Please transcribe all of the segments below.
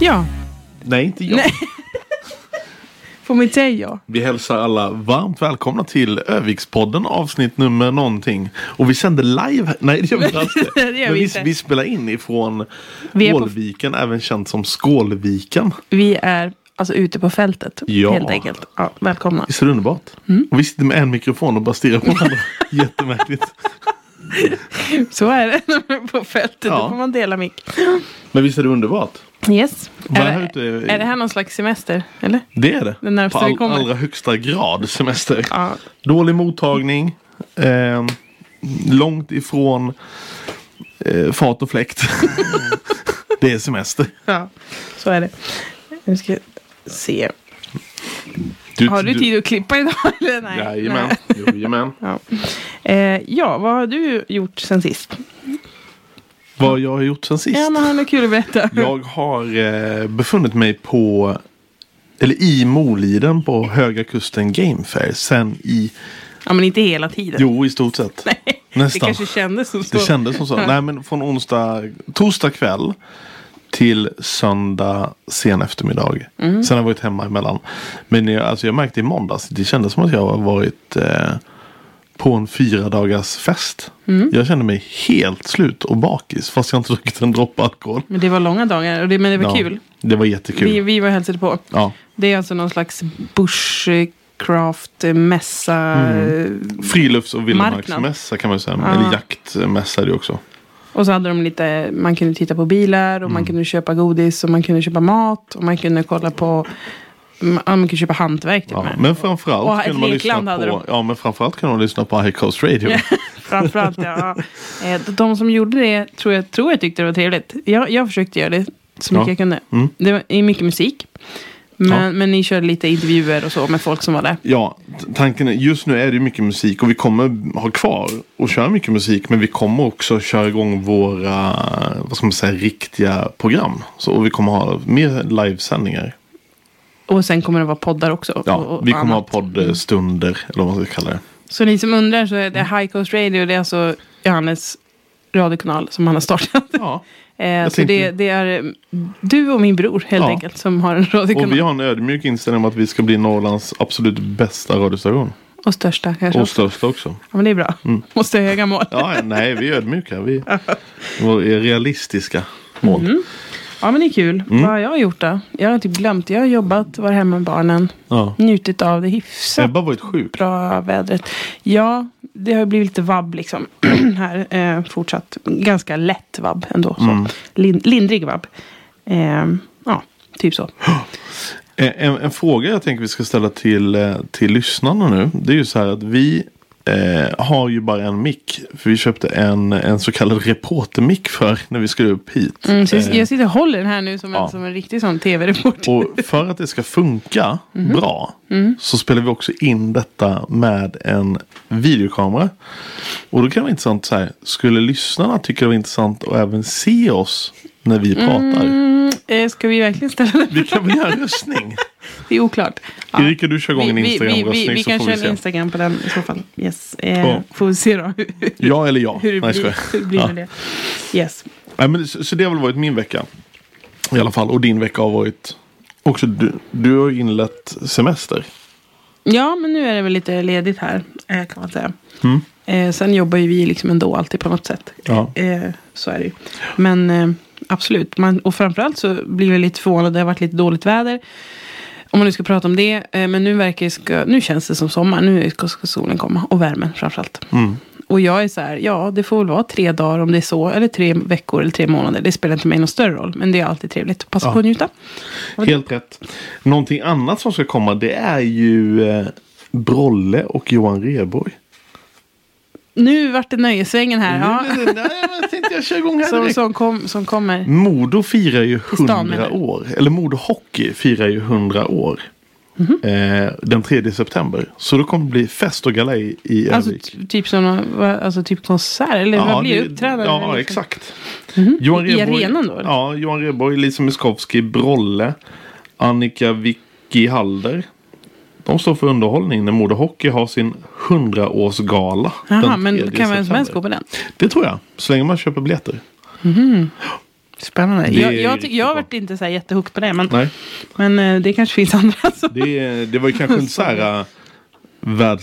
Ja, Nej, inte jag. Nej. får man inte säga ja? Vi hälsar alla varmt välkomna till Övikspodden avsnitt nummer någonting. Och vi sänder live. Nej, det gör vi inte alls. det. Nej, det gör Men vi vi, inte. vi spelar in ifrån Vi är på- Ålviken, även känt som Skålviken. Vi är alltså ute på fältet. Ja. Helt enkelt. Ja, välkomna. Visst är det underbart? Mm. Och vi sitter med en mikrofon och bara stirrar på varandra. Jättemärkligt. Så är det när man är på fältet. Då Ja. får man dela mick. Men visst är det underbart? Yes. Var är, här det, ute i- är det här någon slags semester? Eller? Det är det. Den närmaste på vi kommer. allra högsta grad semester. Ja. Dålig mottagning. Eh, långt ifrån eh, fart och fläkt. det är semester. Ja, så är det. Nu ska jag se. Du- Har du tid att klippa idag? Eller? Nej. Jajamän. Nej. Jo, Jajamän. Ja. Eh, ja, vad har du gjort sen sist? Vad jag har gjort sen sist? Ja, men har du något kul att berätta? Jag har eh, befunnit mig på eller i Moliden på Höga Kusten Game Fair sen i, Ja, men inte hela tiden. jo i stort sett. Nej, Det Nästan. kanske kändes som så. Det kändes som så. Nej men från onsdag, torsdag kväll till söndag sen eftermiddag. Mm. Sen har jag varit hemma emellan. Men jag, alltså jag märkte i måndags, det kändes som att jag har varit eh, på en fyra dagars fest. Mm. Jag kände mig helt slut och bakis fast jag inte druckit en droppe alkohol. Men det var långa dagar, och det, men det var Ja, kul. Det var jättekul. Vi, vi var och hälsade på. Ja. Det är alltså någon slags bushcraft-mässa. Mm. Frilufts och vildmarksmässa Marknad. kan man ju säga. Ja. Eller jaktmässa är det ju också. Och så hade de lite, man kunde titta på bilar och Mm. man kunde köpa godis och man kunde köpa mat och man kunde kolla på, man, man kunde köpa hantverk till och Ja. med. Men Och framförallt ett kunde man lyssna lekland hade på, ja, men framförallt kunde man lyssna på High Coast Radio. Framförallt ja. Eh, De som gjorde det tror jag, tror jag tyckte det var trevligt. Jag, jag försökte göra det så mycket Ja. jag kunde. Mm. Det var det är mycket musik. Men, Ja. men ni körde lite intervjuer och så med folk som var där. Ja, t- tanken är just nu är det ju mycket musik och vi kommer ha kvar och köra mycket musik. Men vi kommer också köra igång våra, vad ska man säga, riktiga program. Så, och vi kommer ha mer livesändningar. Och sen kommer det vara poddar också. och, Ja, och vi kommer ha annat. poddstunder, eller vad man ska kalla det. Så ni som undrar så är det Mm. High Coast Radio. Det är alltså Johannes radiokanal som han har startat. Ja, Eh, så tänkte- det, det är eh, du och min bror helt Ja. enkelt som har en radiokanal. och vi har en ödmjuk inställning om att vi ska bli Norrlands absolut bästa radiostation. Och största kanske. Och största också. Ja, men det är bra. Måste ha höga mål. Mm. Ja, ja, nej, vi är ödmjuka. Vi vi är realistiska mål. Mm. Ja men det är kul. Mm. Vad har jag gjort då? Jag har typ glömt. Jag har jobbat, varit hemma med barnen. Ja. Njutit av det Jag hyfsat har bara varit sjuk. bra vädret. Ja, det har blivit lite vabb liksom. här eh, fortsatt. Ganska lätt vabb ändå. Så. Mm. Lin- lindrig vabb. Eh, ja, typ så. Eh, En, en fråga jag tänker vi ska ställa till, eh, till lyssnarna nu. Det är ju så här att vi Eh, har ju bara en mick. För vi köpte en, en så kallad reportermick för när vi skulle upp hit. Mm, så Eh, jag, jag sitter och håller den här nu som, ja. en, som en riktig sån tv-reporter. Eh, Och för att det ska funka Mm. bra så spelar vi också in detta med en videokamera. Och då kan det vara intressant så här. Skulle lyssnarna tycka det var intressant att även se oss när vi pratar? Eh, ska vi verkligen ställa den? Vi kan väl göra en röstning? Det är oklart. Ja. Erika, du kör igång en vi, vi, vi, Instagram-röstning vi så kan får vi köra en se. Instagram på den i så fall. Yes. Eh, Ja. Får vi se då hur, hur, Ja eller ja. hur det Nej, jag blir, skojar. hur det blir Ja. med det. Yes. Nej, men så, så det har väl varit min vecka. I alla fall. Och din vecka har varit... Också du, du har ju inlett semester. Ja, men nu är det väl lite ledigt här eh, kan man säga. Eh, sen jobbar ju vi liksom ändå alltid på något sätt. Ja. Eh, så är det ju. Men eh, absolut, man, och framförallt så blir jag lite förvånad. Det har varit lite dåligt väder. Om man nu ska prata om det. Eh, men nu, verkar det ska, nu känns det som sommar. Nu ska, ska solen komma. Och värmen framförallt. Och jag är så här, ja det får väl vara tre dagar om det är så. Eller tre veckor eller tre månader. Det spelar inte mig någon större roll. Men det är alltid trevligt. Passa på att njuta. Helt rätt. Någonting annat som ska komma det är ju eh, Brolle och Johan Rheborg. Nu vart det nöjesvängen här. Ja. Mm, Nej, men jag tänkte jag kör igång här Som, direkt. som, kom, som kommer. Modo firar ju stan, 100 menar du? år. Eller Modo Hockey firar ju 100 år. Mhm. Eh, den 3 september. Så då kommer det bli fest och galej i Alltså Örnsköldsvik. t- typ som någon- va- alltså, typ konsert eller vad blir det? Uppträdande? Ja, liksom? Mhm. exakt. I arenan då, eller? Ja, Johan Rheborg, Lisa Miskovsky, Brolle, Annika Vicky Halder. De står för underhållning när Modo Hockey har sin 100-årsgala. Jaha, den men 3 kan vem som helst september. gå på den? Det tror jag. Så länge man köper biljetter. Spännande. Det Jag, är jag, riktigt tyck, jag har bra. varit inte så här jättehooked på det, men, Nej, men eh, det kanske finns andra. Som, det, det var ju kanske inte så här äh,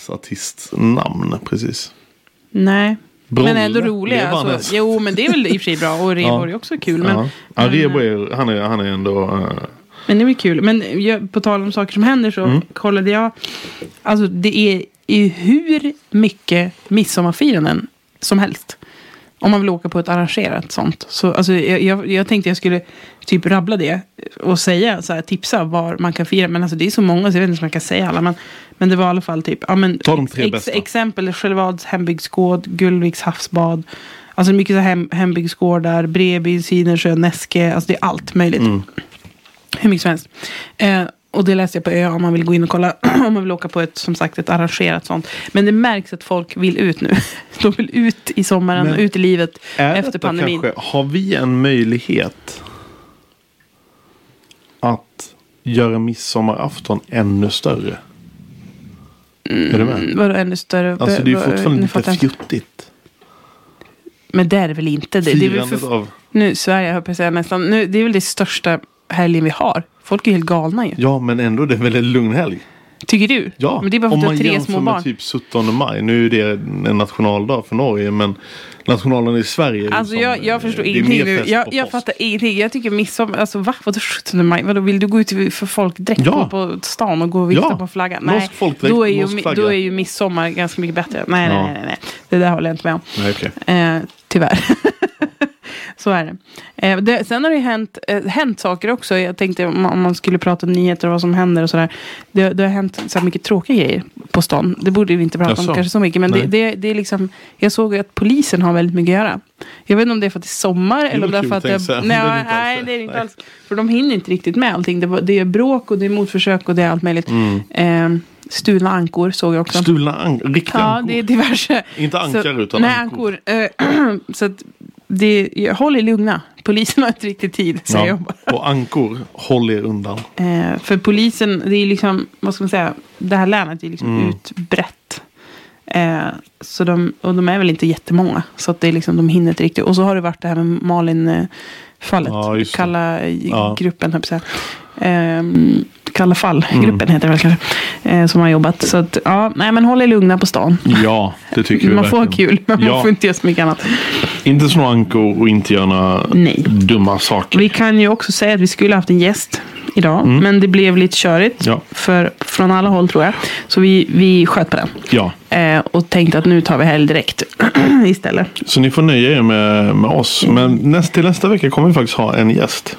världsartistnamn precis. nej. Brolle, men ändå det roliga. var Alltså. nästan. Jo, men det är väl i och för sig bra. Och Rheborg är också kul. Men, eh, ja. Ja, Rheborg, är- han är, han är ändå... äh, Men det blir kul. Men jag, på tal om saker som händer så Mm. kollade jag. Alltså det är ju hur mycket midsommarfiranden som helst. Om man vill åka på ett arrangerat sånt. Så, alltså, jag, jag, jag tänkte jag skulle typ rabbla det och säga, så här, tipsa var man kan fira. Men alltså, det är så många så jag vet inte om jag kan säga alla. Men, men det var i alla fall typ. Ja, men, Ta de tre bästa. Exempel Skällevads hembygdsgård, Gullviks havsbad. Alltså mycket så här hem, hembygdsgårdar, Bredby, Sidensjö, Näske. Alltså det är allt möjligt. Mm. Hur mycket som helst. Eh, och det läste jag på ÖA om man vill gå in och kolla. om man vill åka på ett, som sagt, ett arrangerat sånt. Men det märks att folk vill ut nu. De vill ut i sommaren, Men ut i livet Är efter detta pandemin. Kanske, har vi en möjlighet att göra midsommarafton ännu större? Är du med? Vadå ännu större? Alltså det är ju Vad- fortfarande Mm, nu lite fattar jag inte. fjuttigt. Men det är det väl inte? Det, det är väl Firandet för, av... nu, Sverige höll jag på att säga nästan. Nu, det är väl det största helgen vi har. Folk är helt galna ju. Ja men ändå det är väl en lugn helg. Tycker du? Ja, Men det är bara för om att du man har tre jämför små med barn. typ 17 maj. Nu är det en nationaldag för Norge men nationalen i Sverige. är ju Alltså som, jag, jag eh, förstår det är ingenting mer nu. fest på Jag, jag påsk. fattar ingenting. Jag tycker midsommar, alltså va? Vadå 17 maj? Vadå vill du gå ut för folkdräkt Ja. på, på stan och gå och vifta Ja. på flaggan? Norsk Nej, folkdräkt, då är, ju, norsk mi- flagga. då är ju midsommar ganska mycket bättre. Nej, Ja. nej, nej, nej, nej. Det där håller jag inte med om. Nej, okej. Eh, tyvärr. Så är det. Eh, det. Sen har det ju hänt, eh, hänt saker också. Jag tänkte om, om man skulle prata om nyheter och vad som händer och sådär. Det, det har hänt så här mycket tråkiga grejer på stan. Det borde vi inte prata Jaså? om kanske så mycket. Men det, Nej. det, det är liksom, jag såg ju att polisen har väldigt mycket att göra. Jag vet inte om det är för att det är sommar eller om det är kul, för att tänkte det, jag. nej, Men nej, det är inte alls det. det är det inte Nej. alls. För de hinner inte riktigt med allting. Det, var- det är bråk och det är motförsök och det är allt möjligt. Eh, stulna ankor såg jag också. Mm. Stulna an- riktiga Ja, ankor. det är diverse. Inte ankar, så, utan nej, ankor. ankor. Eh, så att det, jag, håll er lugna. Polisen har inte riktigt tid, säger jag bara. Och ankor, håll er undan. Eh, för polisen, det är liksom, vad ska man säga, det här länet är liksom Mm. utbrett. Eh, så de, och de är väl inte jättemånga. Så att det är liksom, de hinner inte riktigt. Och så har det varit det här med Malin-fallet. Ja, just det. kalla eh, Ja. gruppen, höll jag på att säga. Eh, Kalla fall-gruppen Mm. heter det väl kanske. Eh, som har jobbat. Så att, ja, nej men håll er lugna på stan. Ja, det tycker vi Man får ha verkligen. kul, men ja. man får inte göra så mycket annat. Inte slå ankor och inte göra några Nej. dumma saker. Vi kan ju också säga att vi skulle haft en gäst idag, men det blev lite körigt Mm. Ja. för, från alla håll tror jag. Så vi, vi sköt på den Ja, eh, och tänkte att nu tar vi helg direkt istället. så ni får nöja er med, med oss. Men näst, till nästa vecka kommer vi faktiskt ha en gäst.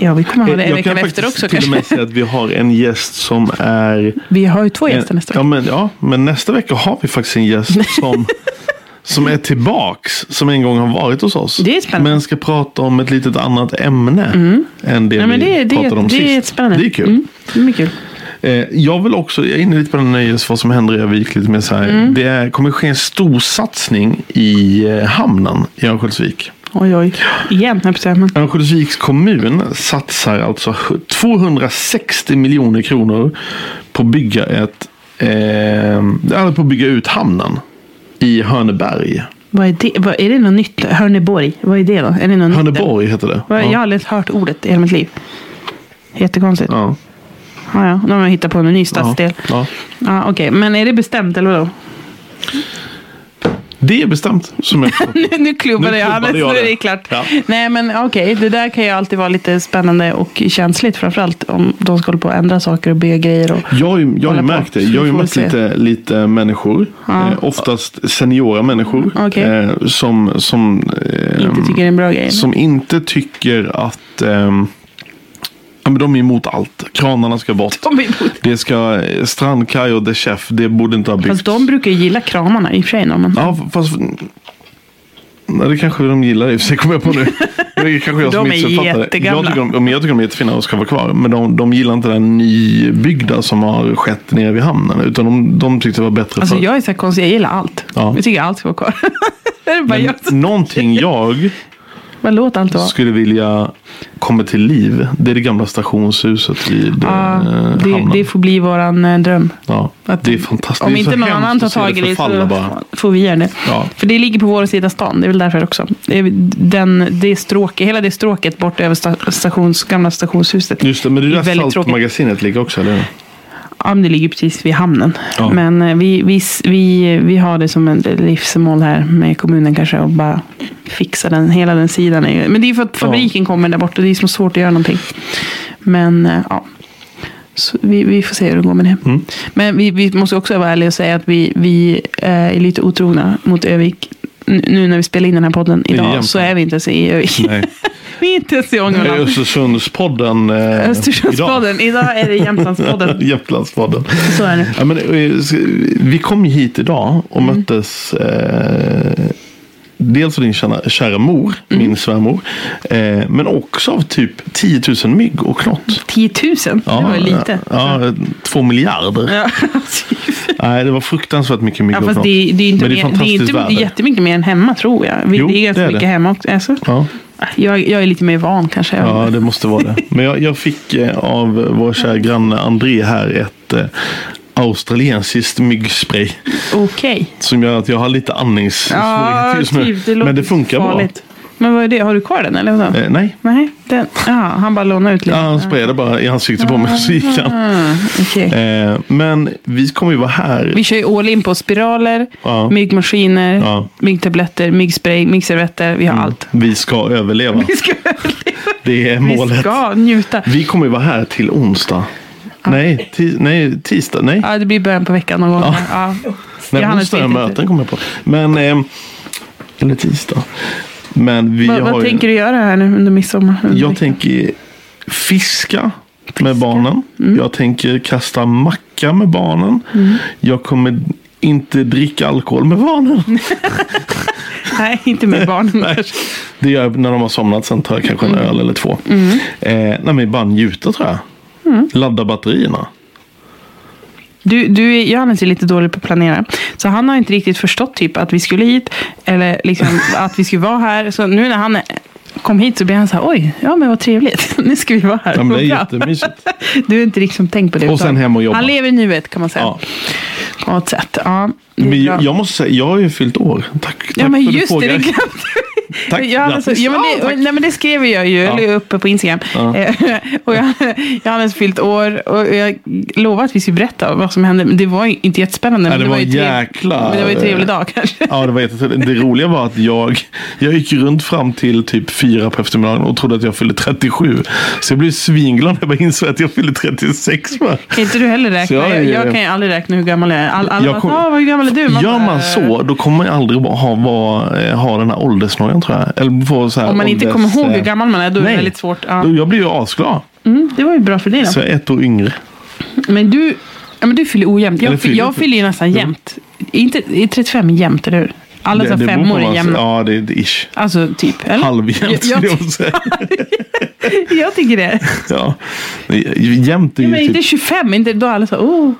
Ja, vi kommer ha det en Eh, jag vecka kan efter faktiskt också till och med kanske. säga att vi har en gäst som är... Vi har ju två gäster nästa Eh, ja, vecka. men, ja, men nästa vecka har vi faktiskt en gäst som, som är tillbaks. Som en gång har varit hos oss. Det är spännande. Mm. Men ska prata om ett litet annat ämne. Än det Nej, men vi det, det, pratade om det, sist. är spännande. Det är kul. Mm, det är mycket kul. Eh, jag vill också, jag är inne lite på den nöjes, vad som händer i Örnsköldsvik. Lite mer så här. Mm. Det är, kommer ske en stor satsning i eh, hamnen i Örnsköldsvik. Oj, oj. Igen, höll jag på att säga. Men Örnsköldsviks kommun satsar alltså 260 miljoner kronor på att bygga, ett, eh, alltså på att bygga ut hamnen i Hörneberg. vad är det? Vad, är det något nytt? Hörneborg? Vad är det då? Är det något nytt? Hörneborg heter det. Vad, Jag har Ja. aldrig hört ordet i hela mitt liv. Jättekonstigt. Ja. Ja, Ja, Nu har man hittat på en ny ja, stadsdel. Ja. ja. Okej, men är det bestämt eller vadå? Det är bestämt. Som jag förstår. Nu, nu klubbade Nu jag klubbade Hannes, nu jag är det. det klart. Ja. Nej men okej, det där kan ju alltid vara lite spännande och känsligt framförallt om de ska hålla på och ändra saker och bygga grejer. Och... Jag har ju, jag har Hålla ju på, märkt det. så Jag har ju får vi mött se. lite, lite människor. Eh, oftast seniora människor. Okej. Eh, som, som, eh, Inte tycker det är en bra grej. som inte tycker att ehm, ja, men de är emot allt. Kranarna ska bort. De är emot. Det ska eh, strandkaj och det chef. Det borde inte ha byggts. Fast de brukar ju gilla kramarna i och för sig. Men... Ja, fast... Nej, det kanske de gillar i och för sig, kommer jag på nu. Det är kanske jag som De är missuppfattar det. jättegamla. Jag tycker, de, men jag tycker de är jättefina och ska vara kvar. Men de, de gillar inte den nybyggda som har skett nere vid hamnen. Utan de, de tyckte det var bättre Alltså förr. jag är så här konstig, jag gillar allt. Ja. Jag tycker allt ska vara kvar. det är bara Men jag som... någonting jag Bara låt allt vara. skulle vilja komma till liv. Det är det gamla stationshuset vid Ja, eh, Ah, det, hamnen. det får bli våran eh, dröm. ja, Att- det är fantastiskt. Om Det är inte så någon hemskt annan tar att se tag i det förfalla så bara. får vi göra det. Ja. För det ligger på vår sida stan, det är väl därför också. Det är Den, det stråk, hela det stråket bort över sta, stations, gamla stationshuset. Just det, men det Det är är där väldigt tråkigt. Saltmagasinet ligger också, eller hur? Ja, men det ligger precis vid hamnen. Ja. Men eh, vi, vi, s- vi, vi har det som ett livsmål här med kommunen kanske och bara fixa den, hela den sidan. är ju- Men det är ju för att fabriken kommer där borta, det är så svårt att göra någonting. Men eh, ja, så vi, vi får se hur det går med det. Mm. Men vi, vi måste också vara ärliga och säga att vi, vi eh, är lite otrogna mot Övik. Nu när vi spelar in den här podden är idag Jämtland. Mm. så är vi inte ens i Övik. Nej. vi är inte ens i Det är Ångermanland. Östersundspodden. Eh, idag. Östersundspodden. Idag är det Jämtlandspodden. Jämtlandspodden. Så är det. Mm. Ja, men, eh, s- vi kom ju hit idag och möttes eh, dels av din kära, kära mor, Mm. min svärmor. Eh, men också av typ 10 000 mygg och knott. 10 000? det var ju lite. alltså. Ja, ja, två miljarder. Ja, Nej, det var fruktansvärt mycket mygg ja, och fast knott. det, är- det är inte, men det mer, det är är fantastiskt inte väder. jättemycket mer än hemma tror jag. Vi, Jo, det är ganska det är det. mycket hemma också. Alltså, Ja. jag, jag är lite mer van kanske. Jag Ja, vet det måste vara det. Men jag, jag fick eh, av vår kära granne André här ett eh, australiensiskt myggspray. inte. Okej. Som gör att jag har lite andningssvårigheter Ja, just nu. typ, det låter men det funkar farligt. Men vad är det? Har du kvar den eller? Vadå? bra. Eh, nej. Nej, den, ah, han bara lånade ut Ja, lite. han sprayade bara i ansiktet på mig och så gick Ah. han. Okej. Eh, men vi kommer ju vara här. Vi kör ju all in på spiraler, Ja. myggmaskiner, Ja. Mm. myggtabletter, myggspray, myggservetter. Vi har allt. Vi ska överleva. Vi ska, Det är vi målet. ska Ah. njuta. Vi kommer ju vara här till onsdag. Nej, ti- nej, tisdag. Nej, Ja, det blir början på veckan någon gång. Ja. nej Johannes onsdag är vet inte. möten kommer jag på. Men, ehm, eller tisdag. Men vi Vad, har vad ju... tänker du göra här nu under midsommar? Jag tänker fiska med barnen. Mm. Jag tänker kasta macka med barnen. Jag kommer inte dricka alkohol med barnen. Nej, inte med barnen. Nej. Det gör jag när de har somnat. Sen tar jag kanske en öl eller två. Mm. Eh, nej, men bara njuta tror jag. Mm. Ladda batterierna. Du, du, är- Johannes är lite dålig på att planera. Så han har inte riktigt förstått typ att vi skulle hit. Eller liksom att vi skulle vara här. Så nu när han kom hit så blev han så här, oj, ja men vad trevligt. Nu ska vi vara här. Ja, men det är Vad bra." jättemysigt. Du har inte liksom tänkt på det. Och utan sen hem och jobba. Han lever i nuet kan man säga. Ja. På något sätt. Ja, det är Men bra. jag, jag måste säga, jag har ju fyllt år. Tack, tack Ja men för att du just det, frågar. det glömde Tack, jag hade så, grattis. ja, men Ja, det, tack. nej, men det skrev jag ju, eller uppe på Instagram. Eh, och jag, jag hade fyllt år och jag lovade att vi skulle berätta vad som hände. Men det var ju inte jättespännande. Nej, men det var en ju trev- jäkla- Men det var ju en trevlig dag kanske. Ja, det var jättetrevligt. Det roliga var att jag, jag gick runt fram till typ fyra på eftermiddagen och trodde att jag fyllde 37. Så jag blev svinglad när jag bara insåg att jag fyllde 36. va? Kan inte du heller räkna? Så jag Jag, är- jag kan ju aldrig räkna hur gammal jag är. All, alla Jag bara, kom- "Ah, vad gammal är du? Gör man bara, så, då kommer man aldrig eh, ha, ha, ha den här åldersnojan veckan tror jag. Eller på så här, Om man inte ålders- kommer ihåg hur gammal man är, då är det Nej. väldigt svårt. Ja. Då, jag blir ju asglad. Mm, det var ju bra för dig då. Så jag är ett år yngre. Alltså Men du, ja, men du fyller ojämnt. Eller Jag, fyller, fyller- jag fyller ju nästan jämnt. Inte, är 35 jämnt, eller hur? Alla så här beror på femmor är vad- jämna. Ja, det är ish. Alltså, typ. Eller? Halvjämnt Jag- skulle jag säga. jag tycker det. Ja. Men Jämnt är Ja, ju men typ... inte 25, inte, då är alla så här, oh,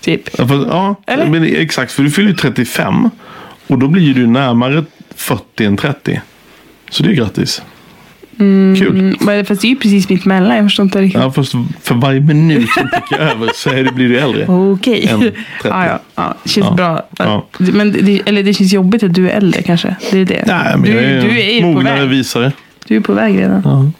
typ. Ja, fast, ja Eller? men exakt. För du fyller ju 35. Och då blir ju du närmare 40 än 30. Så det är ju grattis. Mm. Kul. Men fast det är ju precis mitt mellan, jag förstår inte riktigt. Ja, fast för varje minut som tickar över så är det, blir du äldre. Okej. En 30. Ja, ja, ja. Det känns Ja. bra. Ja. Men det, eller det känns jobbigt att du är äldre kanske. Det är det. Nej, men du, jag är, du är ju på mognare väg. visare. Du är på väg redan. Ja.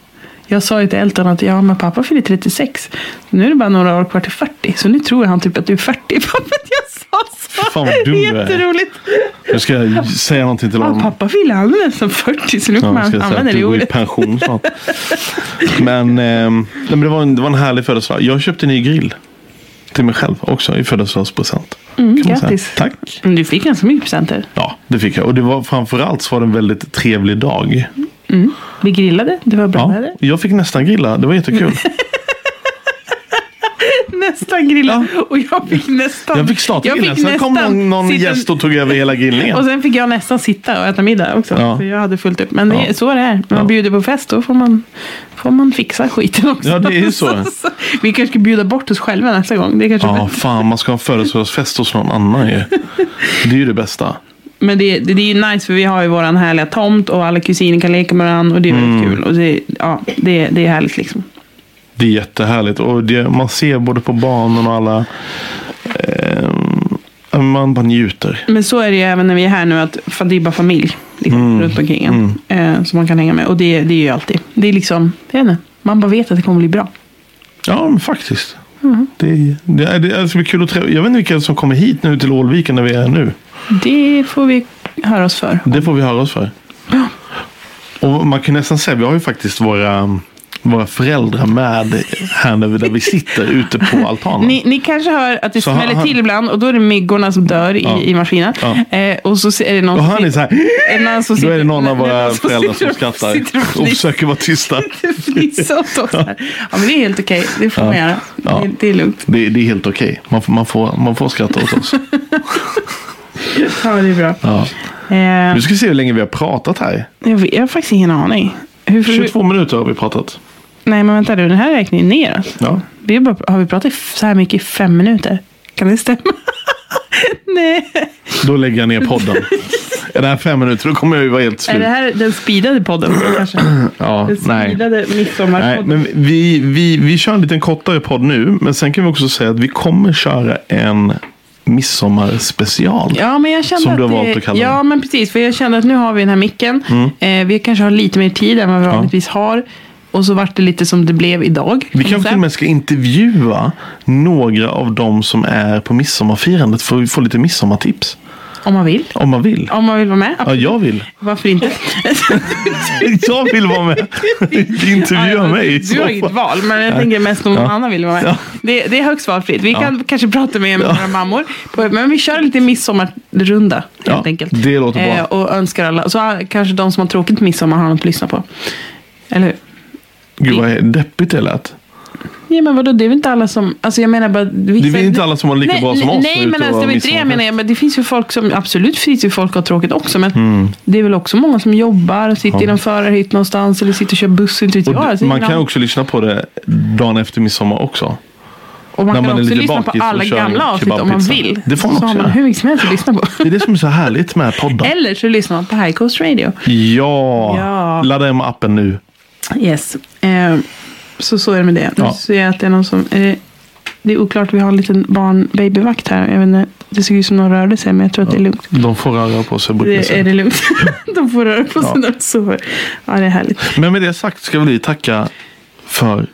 Jag sa ju till Elton att ja, men pappa fyller 36. Nu är det bara några år kvar till 40. Så nu tror han typ att du är 40 bara för att jag sa så. Fan, vad dum du är. Jätteroligt. Nu ska jag säga någonting till Ja, honom. pappa fyller han är nästan 40 så nu Ja, kommer jag ska han säga att använda du det går i ordet. pension snart. Men, ehm, nej, men det, var en, det var en härlig födelsedag. Jag köpte en ny grill. Till mig själv också i födelsedagspresent. Mm, grattis. Tack. Men du fick ganska mycket presenter. Ja, det fick jag. Och det var, framförallt så var det en väldigt trevlig dag. Vi grillade, det var bra Ja, väder. jag fick nästan grilla. Det var jättekul. Nästan grillade. Och jag fick nästan... Jag fick snart jag grilla. fick Sen kom nästan någon, någon sitta- gäst och tog över hela grillningen. Och sen fick jag nästan sitta och äta middag också. Ja. För jag hade fullt upp. Men det, Ja. så är det här. När man Ja. bjuder på fest då får man, får man fixa skiten också. Ja, det är ju så. Vi kanske ska bjuda bort oss själva nästa gång. Det är kanske Ja, fan. Man ska ha en födelsedagsfest hos någon annan ju. Det är ju det bästa. Men det, det, det är ju nice för vi har ju våran härliga tomt och alla kusiner kan leka med varandra och det är väldigt Mm. kul. Och det, ja, det, det är härligt liksom. Det är jättehärligt. Och det, man ser både på banan och alla... Eh, man bara njuter. Men så är det ju även när vi är här nu, att för det är bara familj liksom, Mm. runt omkring en, eh, som man kan hänga med. Och det, det är ju alltid, det är liksom, jag vet inte, man bara vet att det kommer bli bra. Ja, men faktiskt. Mm. Det, är- det, är- det ska bli kul att träffa. Jag vet inte vilka som kommer hit nu till Ålviken när vi är nu. Det får vi höra oss för. Det får vi höra oss för. Och man kan nästan säga, vi har ju faktiskt våra, våra föräldrar med här när vi, där vi sitter ute på altanen. Ni, ni kanske hör att det Så smäller han- han- till ibland och då är det myggorna som dör i, Ja. i maskinen. Ja. Eh, och så är det någon och som han är sitter- så här. en annan som Då är sitter- det någon av en- en våra annan som föräldrar sitter som och- skrattar sitter och och fnissar. försöker vara tysta. Fnissa åt oss här. Ja, men det är helt okej. Det får man göra. Ja. Det, det är lugnt. Det, det är helt okej. Man, får, man, får, man får skratta åt oss. Ja, det är bra. Ja. Eh, Nu ska vi se hur länge vi har pratat här. jag, vet, jag har faktiskt ingen aning. Hur, hur, 22 minuter har vi pratat. nej, men vänta du. Den här räknar ju alltså. neråt. Ja. Vi har, bara, har vi pratat så här mycket i fem minuter? Kan det stämma? nej. Då lägger jag ner podden. Är det här fem minuter då kommer jag ju vara helt Är slut. det här den speedade podden? Kanske? Ja, Den nej. speedade Nej, midsommarpodden? men vi, vi, vi kör en liten kortare podd nu. Men sen kan vi också säga att vi kommer köra en midsommarspecial. Ja, men jag kände Som du att har det, valt att kalla Ja, den. Mm. men precis. För jag kände att nu har vi den här micken. Eh, vi kanske har lite mer tid än vad vi vanligtvis har. Och så vart det lite som det blev idag. Vi kan man kanske till säga. och med ska intervjua några av de som är på midsommarfirandet för att få lite midsommartips. Om man vill. Om man vill. Om man vill vara med. Ja, jag vill. Varför inte? Jag vill vara med. Intervjua mig. i Du så har inget fall. val, men jag tänker mest om någon annan vill vara med. Det, det är högst valfritt. Vi kan kanske prata med några mammor. På, men vi kör lite midsommarrunda helt Ja, enkelt. Eh, det låter bra. och önskar alla. Så ah, kanske de som har tråkigt midsommar har något att lyssna på. Eller hur? Gud vad deppigt det lät. Ja men vadå, det är väl inte alla som... Alltså jag menar bara... Vissa, Det är inte alla som har lika nej, bra som oss. Nej ute men och alltså, det var inte det jag midsommarfest. menar. Men det finns ju folk som... Absolut finns det ju folk som har tråkigt också. Men Mm. det är väl också många som jobbar, sitter i någon förarhytt någonstans eller sitter och kör buss. Inte vet Och jag. Alltså, man ibland- kan också lyssna på det dagen efter midsommar också. och man när kan man också är lite lyssna på bakis och alla kör en gamla avsnitt om man kebabpizza. vill. Det får man Så också har man göra. hur mycket som helst att lyssna på. Det är det som är så härligt med poddar. Eller så lyssnar man på High Coast Radio. Ja, Ja. ladda hem appen nu. Yes. Eh, så så är det med det. Nu Ja. ser jag att det är någon som... Eh, det är oklart, vi har en liten barn-babyvakt här. Jag vet inte, det ser ut som någon rörde sig, men jag tror att det är lugnt. De får röra på sig brukar jag Det är säga. det lugnt. De får röra på sig Ja. när de sover. Ja, det är härligt. Men med det sagt ska vi tacka för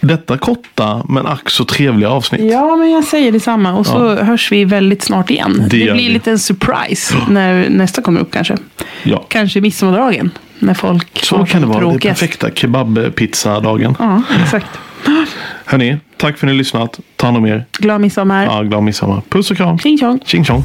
detta korta men ack så trevliga avsnitt. Ja, men jag säger detsamma. Och så hörs vi väldigt snart igen. Det, gör blir vi. lite en surprise när nästa kommer upp kanske. Ja. Kanske midsommardagen. När folk Så har kan det vara. Det är tråkigast. perfekta kebabpizzadagen. Ja, exakt. Hörni, tack för att ni har lyssnat. Ta hand om er. Glad midsommar. Ja, glad midsommar. Puss och kram. Tjing tjong. Tjing tjong.